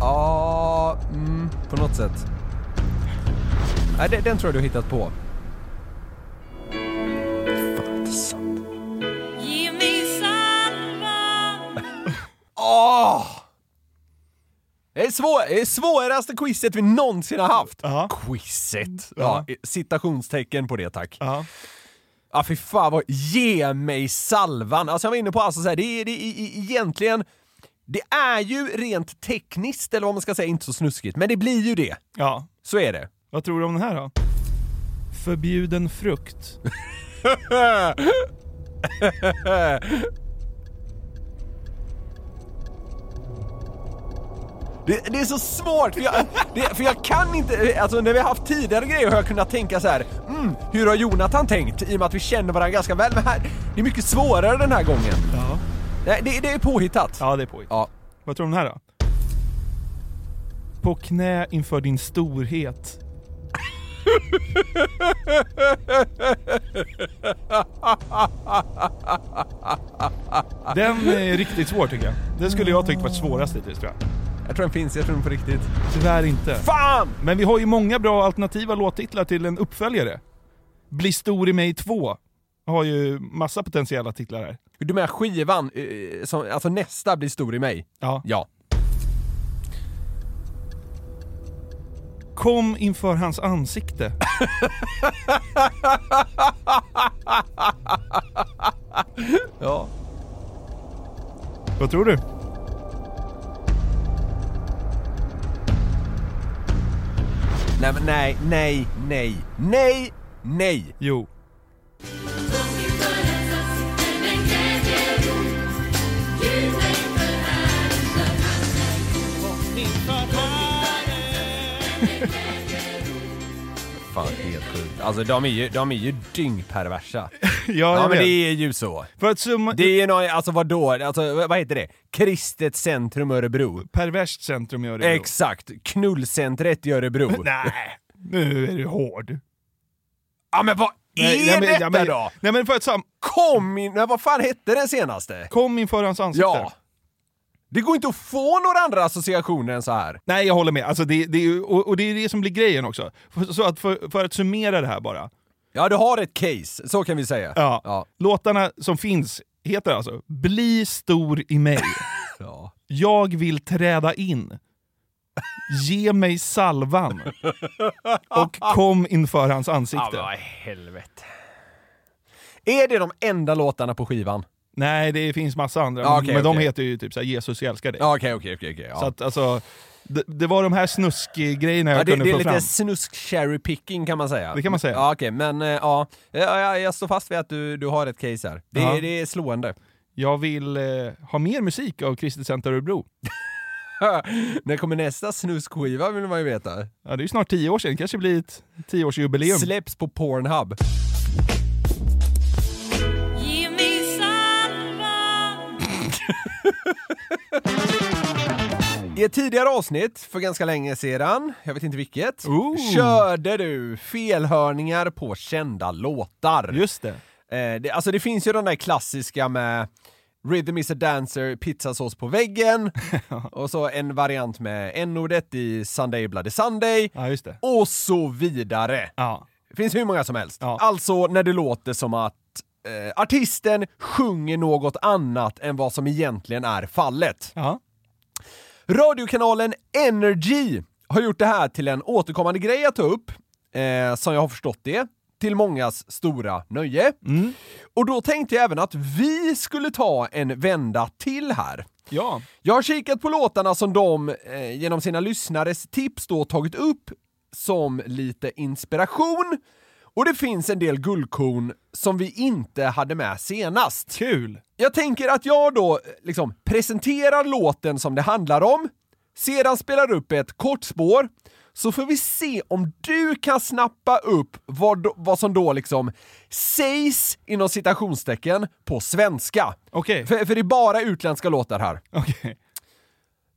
D: Ja, mm, på något sätt. Nej, den, den tror jag du har hittat på. Fan, inte sant. Åh! Det är, svår, det är svåraste quizet vi någonsin har haft.
E: Ja.
D: Quizet.
E: Ja.
D: Ja. Citationstecken på det tack. Ja,
E: Ja.
D: ah, fy fan vad... Ge mig salvan! Alltså jag var inne på alltså så här, det är det, är- i- i- egentligen... Det är ju rent tekniskt, eller vad man ska säga, inte så snuskigt. Men det blir ju det.
E: ja.
D: Så är det.
E: Vad tror du om den här då? Förbjuden frukt.
D: Det, det är så svårt, för jag, det, för jag kan inte... Alltså när vi har haft tidigare grejer har jag kunnat tänka så här. Mm, hur har Jonathan tänkt? I och med att vi känner varandra ganska väl. Men här, det är mycket svårare den här gången.
E: Ja.
D: Nej, det, det är påhittat.
E: Ja, det är påhitt.
D: Ja.
E: Vad tror du om den här då? På knä inför din storhet. Den är riktigt svår tycker jag. Den skulle jag tyckt varit svårast hittills tror jag.
D: Jag tror den finns, jag tror den på riktigt.
E: Tyvärr inte.
D: Fan!
E: Men vi har ju många bra alternativa låttitlar till en uppföljare. Bli stor i mig 2 har ju massa potentiella titlar här.
D: Du menar skivan, eh, som, alltså nästa blir stor i mig?
E: Ja.
D: Ja.
E: Kom inför hans ansikte.
D: Ja.
E: Vad tror du?
D: Nej, men nej, nej, nej, nej, nej.
E: Jo.
H: Gud mig för här
D: sjukt. Alltså de är ju, de är ju dyngperversa.
E: Ja,
D: Ja
E: jag
D: men
E: vet.
D: det är ju så.
E: För att summa...
D: Det är ju någon, alltså vadå, alltså, vad heter det? Kristet centrum Örebro.
E: Perverst centrum i Örebro.
D: Exakt, knullcentret i Örebro.
E: Nej, nu är du hård.
D: Ja men vad
E: Nej,
D: är
E: nej, men-
D: detta
E: ja, men-
D: då?
E: Nej men för att sam...
D: Kom in, nej, vad fan hette den senaste?
E: Kom inför hans ansikte.
D: Ja. Det går inte att få några andra associationer än så här.
E: Nej, jag håller med. Alltså, det, det är, ju- och, och det är det som blir grejen också. För- Så att för, för att summera det här bara.
D: Ja, du har ett case, så kan vi säga.
E: Ja.
D: Ja.
E: Låtarna som finns heter alltså “Bli stor i mig”,
D: Ja.
E: “Jag vill träda in”, “Ge mig salvan” och “Kom inför hans ansikte”.
D: men vad i helvete. Är det de enda låtarna på skivan?
E: Nej, det finns massa andra,
D: Ja, okej,
E: men de
D: okej.
E: heter ju typ såhär “Jesus jag älskar dig”.
D: Ja, okej, okej, okej. okej, ja.
E: Så att alltså, det, det var de här snuskgrejerna jag
D: Ja, det,
E: kunde
D: det är
E: få
D: lite
E: fram.
D: snusk cherry picking kan man säga.
E: Det kan man säga.
D: Ja, okej, men eh, ja. Ja, ja, jag står fast vid att du, du har ett case här. Det,
E: Ja.
D: är, det är slående.
E: Jag vill eh, ha mer musik av Kristet Center Örebro.
D: När kommer nästa snuskskiva vill man ju veta.
E: Ja, det är ju snart tio år sedan, det kanske blir ett tioårsjubileum.
D: Släpps på Pornhub.
H: Ge mig salva
D: I ett tidigare avsnitt, för ganska länge sedan, jag vet inte vilket,
E: Ooh.
D: körde du felhörningar på kända låtar.
E: Just det.
D: Eh, det, alltså det finns ju de där klassiska med Rhythm is a dancer, pizzasås på väggen och så en variant med n-ordet i Sunday Bloody Sunday
E: Ja, just det.
D: och så vidare.
E: Ja.
D: Det finns hur många som helst.
E: Ja.
D: Alltså när det låter som att eh, artisten sjunger något annat än vad som egentligen är fallet.
E: Ja.
D: Radiokanalen Energy har gjort det här till en återkommande grej att ta upp, eh, som jag har förstått det, till mångas stora nöje. Och då tänkte jag även att vi skulle ta en vända till här.
E: Ja.
D: Jag har kikat på låtarna som de eh, genom sina lyssnares tips då tagit upp som lite inspiration och det finns en del guldkorn som vi inte hade med senast.
E: Kul!
D: Jag tänker att jag då eh, liksom presenterar låten som det handlar om, sedan spelar upp ett kort spår, så får vi se om du kan snappa upp vad, då- vad som då liksom sägs inom citationstecken på svenska.
E: Okej.
D: För, för det är bara utländska låtar här.
E: Okej.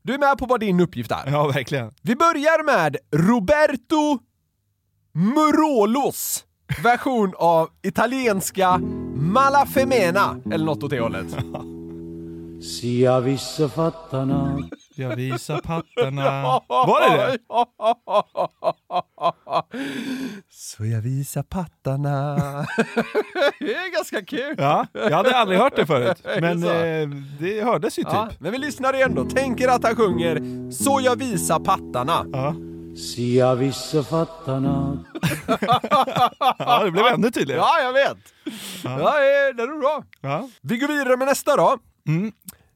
D: Du är med på vad din uppgift är.
E: Ja, verkligen.
D: Vi börjar med Roberto Murolos version av italienska Mala Femena, eller något åt det hållet.
E: Jag visar pattarna. Var det det?
D: Så jag visar pattarna. det är ganska kul.
E: Ja, jag hade aldrig hört det förut. Men
D: så?
E: eh, det hördes ju typ.
D: Ja, men vi lyssnar igen då. Tänker att han sjunger Så jag visar pattarna.
E: Ja, det blev ännu tydligare.
D: Ja, jag vet. Ja, eh, det är bra.
E: Ja.
D: Vi går vidare med nästa då.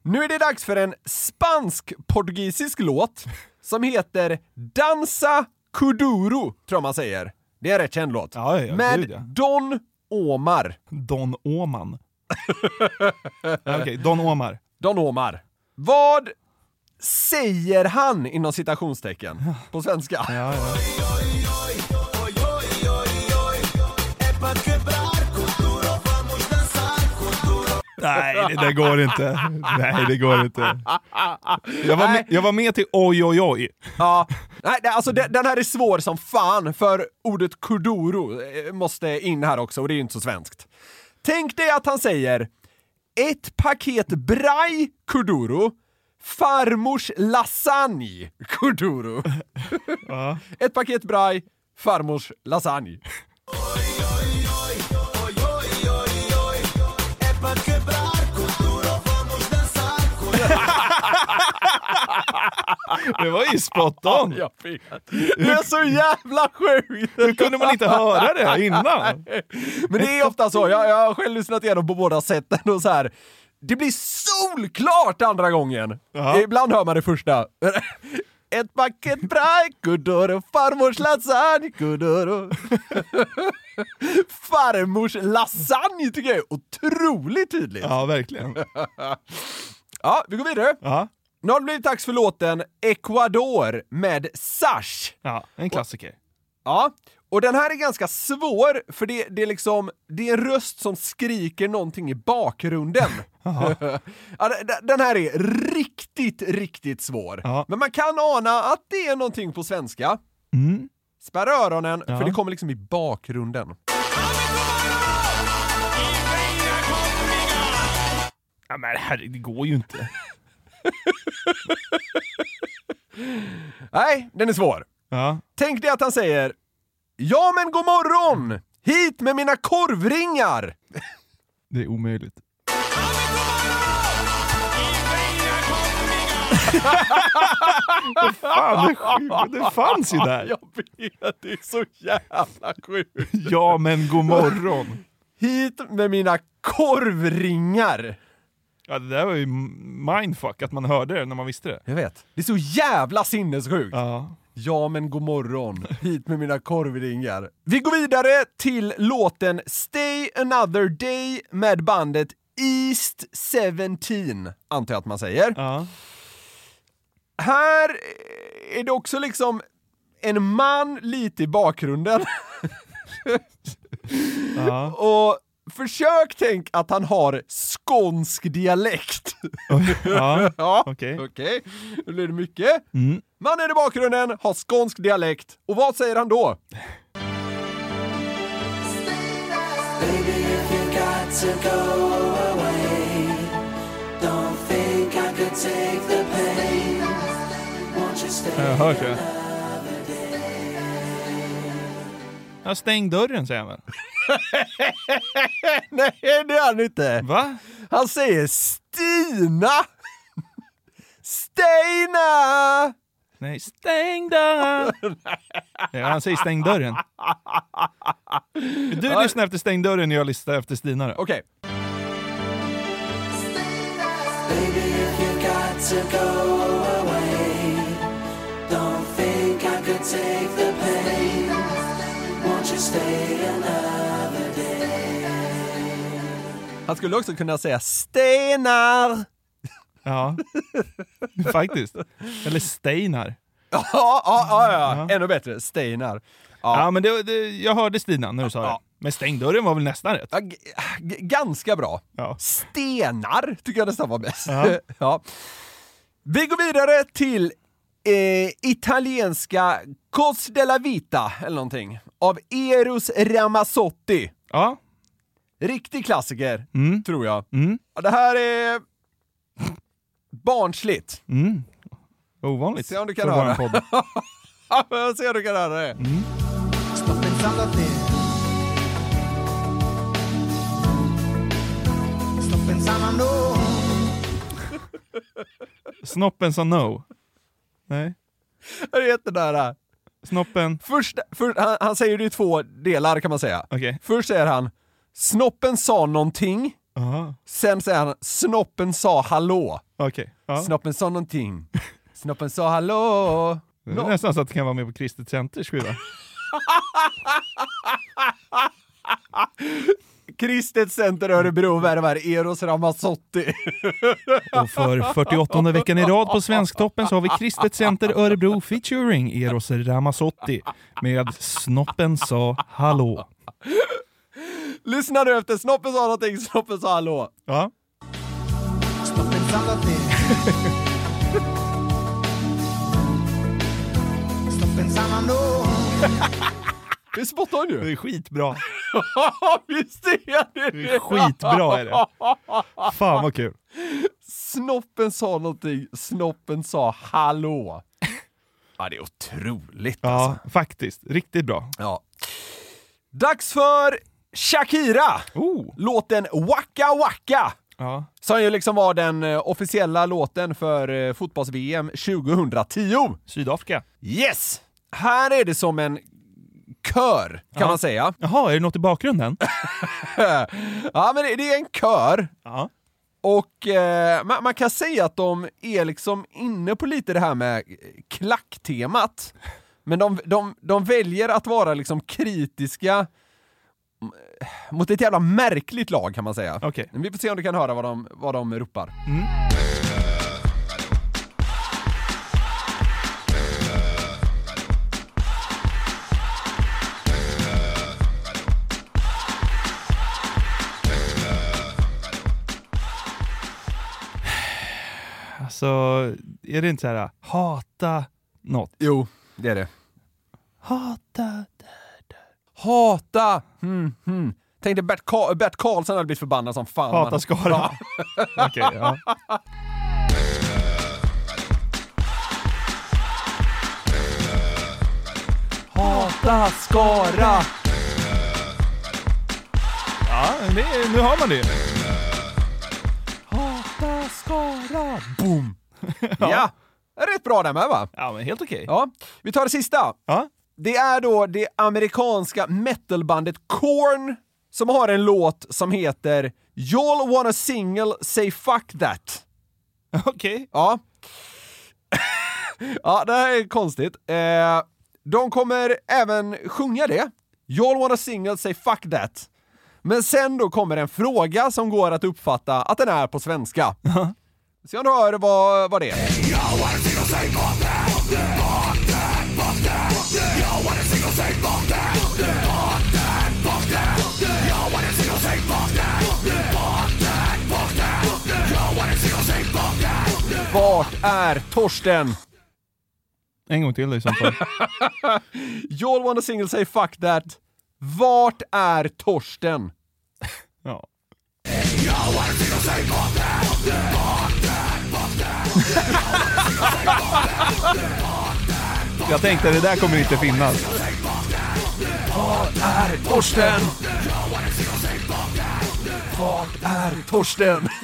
D: Nu är det dags för en spansk-portugisisk låt som heter Dansa Kuduro, tror jag man säger. Det är en rätt känd låt.
E: Ja, ja,
D: med
E: gud, ja.
D: Don Omar.
E: Don Åman. Ja, Okej, Don Åmar.
D: Don Omar. Vad säger han inom citationstecken på svenska?
E: Ja, ja. Nej, det där går inte. Nej, det går inte. Jag var med, jag var med till oj, oj, oj.
D: Ja. Nej, det- alltså de- den här är svår som fan, för ordet kuduro eh, måste in här också och det är ju inte så svenskt. Tänk dig att han säger ett paket braj kuduro, farmors lasagne kuduro. ett paket braj, farmors lasagne.
E: Det var ju spot on.
D: Jag vet. Det är så jävla sjukt!
E: Hur kunde man inte höra det innan?
D: Men det är ofta så, jag, jag har själv lyssnat igenom på båda sätten och så här. Det blir solklart andra gången!
E: Ja.
D: Ibland hör man det första. Ett paket brajkudoro, farmors lasagnekudoro. farmors lasagne tycker jag är otroligt tydligt. Ja.
E: Ja, verkligen.
D: vi går vidare.
E: Ja,
D: Nu har det blivit dags för låten Ecuador med Sash.
E: ja en klassiker.
D: Ja, Och den här är ganska svår, för det, det, är, liksom, det är en röst som skriker någonting i bakgrunden. ja, d- d- den här är riktigt, riktigt svår.
E: Ja.
D: Men man kan ana att det är någonting på svenska.
E: Mm.
D: Spärr öronen,
E: Ja.
D: för det kommer liksom i bakgrunden.
E: Ja, men herre, det går ju inte.
D: Nej, den är svår.
E: Ja.
D: Tänk dig att han säger Ja men god morgon! Hit med mina korvringar!
E: Det är omöjligt. Fan, det, det fanns ju där.
D: vet, det är så jävla sjukt.
E: Ja, men god morgon.
D: Hit med mina korvringar!
E: Ja, det där var ju mindfuck att man hörde det när man visste det.
D: Jag vet. Det är så jävla sinnessjukt!
E: Ja.
D: Ja men god morgon, hit med mina korvringar. Vi går vidare till låten Stay Another Day med bandet East 17, antar jag att man säger.
E: Ja.
D: Här är det också liksom en man lite i bakgrunden.
E: ja.
D: Och försök tänk att han har skånsk dialekt.
E: ja.
D: Ja,
E: Okej.
D: okej. Nu blir det mycket.
E: Mm.
D: Mannen i bakgrunden har skånsk dialekt. Och vad säger han då?
G: Baby, if you got to go away, don't think I could take the pain. Won't you stay?
E: Jag hörs ju. Ja, stäng dörren säger han väl?
D: Nej, det är han inte.
E: Va?
D: Han säger Stina! Stina!
E: Nej, stäng dörren! Ja, han säger stäng dörren. Du lyssnar efter stäng dörren och jag lyssnar efter Stina då.
D: Okej,
G: Baby, if you got to go away, don't think I could take the pain. Won't you stay another day?
D: han skulle också kunna säga Stenar!
E: Ja, faktiskt. Eller Steinar.
D: Ja, ja, ja, ja. ännu bättre. Steinar.
E: Ja,
D: Ja.
E: men det, det, jag hörde Stina när du sa
D: Ja.
E: det. Men stäng dörren var väl nästan rätt?
D: Ja, g- g- ganska bra.
E: Ja.
D: Stenar tycker jag nästan var bäst. Ja. Vi går vidare till eh, italienska Cos della Vita, eller någonting, av Eros Ramazzotti.
E: Ja.
D: Riktig klassiker,
E: Mm.
D: tror jag.
E: Mm.
D: Ja, det här är barnsligt.
E: Mm. Ovanligt.
D: Se om du kan
E: för våran
D: höra.
E: podd.
D: Ja, men jag ser hur du kan höra det.
E: Mm.
F: Sto pensando a te. Sto pensando a noi.
E: Snoppen sa no. Nej.
D: Det är jättenära.
E: Snoppen...
D: Först, för, han, han säger det i två delar kan man säga.
E: Okej.
D: Först säger han “snoppen sa någonting”
E: Aha.
D: Sen säger han “snoppen sa hallå”.
E: Okej. Ja.
D: Snoppen sa någonting. Snoppen sa hallå.
E: Det är
D: No.
E: nästan så att det kan vara med på Kristet Centers skiva.
D: Kristet Center Örebro värvar Eros Ramazzotti.
E: Och för 48 veckan i rad på Svensktoppen så har vi Kristet Center Örebro featuring Eros Ramazzotti med Snoppen sa hallå.
D: Lyssna nu efter. Snoppen sa någonting, snoppen sa hallå.
E: Ja.
F: Sto pensando a te. Sto pensando a noi.
D: Det är spot on
E: Det
D: ju.
E: är skitbra.
D: Ja, visst är
E: Det är
D: det
E: skitbra är det. Fan vad kul.
D: Snoppen sa någonting, snoppen sa hallå. Ja, det är otroligt alltså.
E: Ja, faktiskt. Riktigt bra.
D: Ja. Dags för Shakira!
E: Oh.
D: Låten Waka Waka!
E: Ja.
D: Som ju liksom var den eh, officiella låten för eh, fotbolls-VM 2010.
E: Sydafrika.
D: Yes! Här är det som en kör, kan man säga.
E: Jaha, är det något i bakgrunden?
D: Ja, men det- det är en kör.
E: Ja.
D: Och eh, man, man kan säga att de är liksom inne på lite det här med eh, klacktemat. Men de, de, de väljer att vara liksom kritiska mm, mot ett jävla märkligt lag kan man säga.
E: Okej.
D: Men Vi får se om du kan höra vad de, vad de ropar.
E: Alltså, är det inte så här hata något?
D: Jo, det är det.
E: Hata
D: Hata! Hmm, hmm. Tänk dig Bert, Ka- Bert Karlsson hade blivit förbannad som fan.
E: Hata Skara. Okej, ja.
D: Hata Skara!
E: ja det, är- nu har man det.
D: Hata Skara! Boom! ja. Rätt bra den med va?
E: Ja, men helt okej.
D: Ja. Vi tar det sista.
E: Ja.
D: Det är då det amerikanska metalbandet Korn som har en låt som heter Y'all wanna single, say fuck that.
E: Okej.
D: Ja. ja, det här är konstigt. Eh, de kommer även sjunga det. Y'all wanna single, say fuck that. Men sen då kommer en fråga som går att uppfatta att den är på svenska. Så jag hör vad, vad det är. Vart är Torsten?
E: En gång till i så fall.
D: Y'all wanna single, say fuck that. Vart är Torsten?
E: Ja. Jag tänkte det där kommer inte finnas.
D: är Torsten? Vart är Torsten?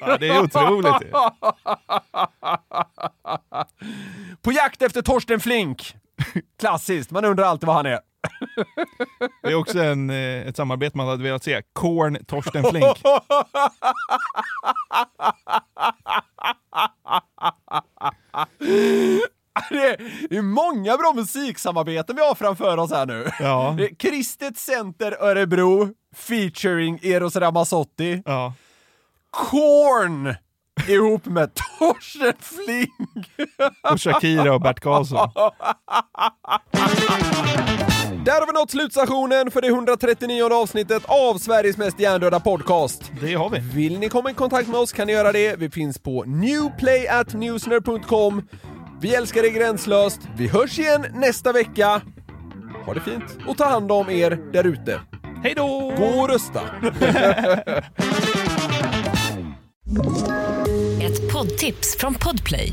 E: Ja, det är otroligt. ju.
D: På jakt efter Torsten Flink. Klassiskt, man undrar alltid vad han är.
E: Det är också en, eh, ett samarbete man hade velat se. Korn Torsten Flink.
D: Det är många bra musiksamarbeten vi har framför oss här nu.
E: Ja.
D: Det är Kristet Center Örebro featuring Eros Ramazzotti.
E: Ja.
D: Korn ihop med Torsten Flink.
E: Och Shakira och Bert Karlsson.
D: Där har vi nått slutstationen för det 139 avsnittet av Sveriges mest hjärndöda podcast.
E: Det har vi.
D: Vill ni komma i kontakt med oss kan ni göra det. Vi finns på newplayatnewsner.com. Vi älskar er gränslöst. Vi hörs igen nästa vecka. Ha det fint och ta hand om er där ute.
E: Hej då!
D: Gå och rösta!
I: Ett poddtips från Podplay.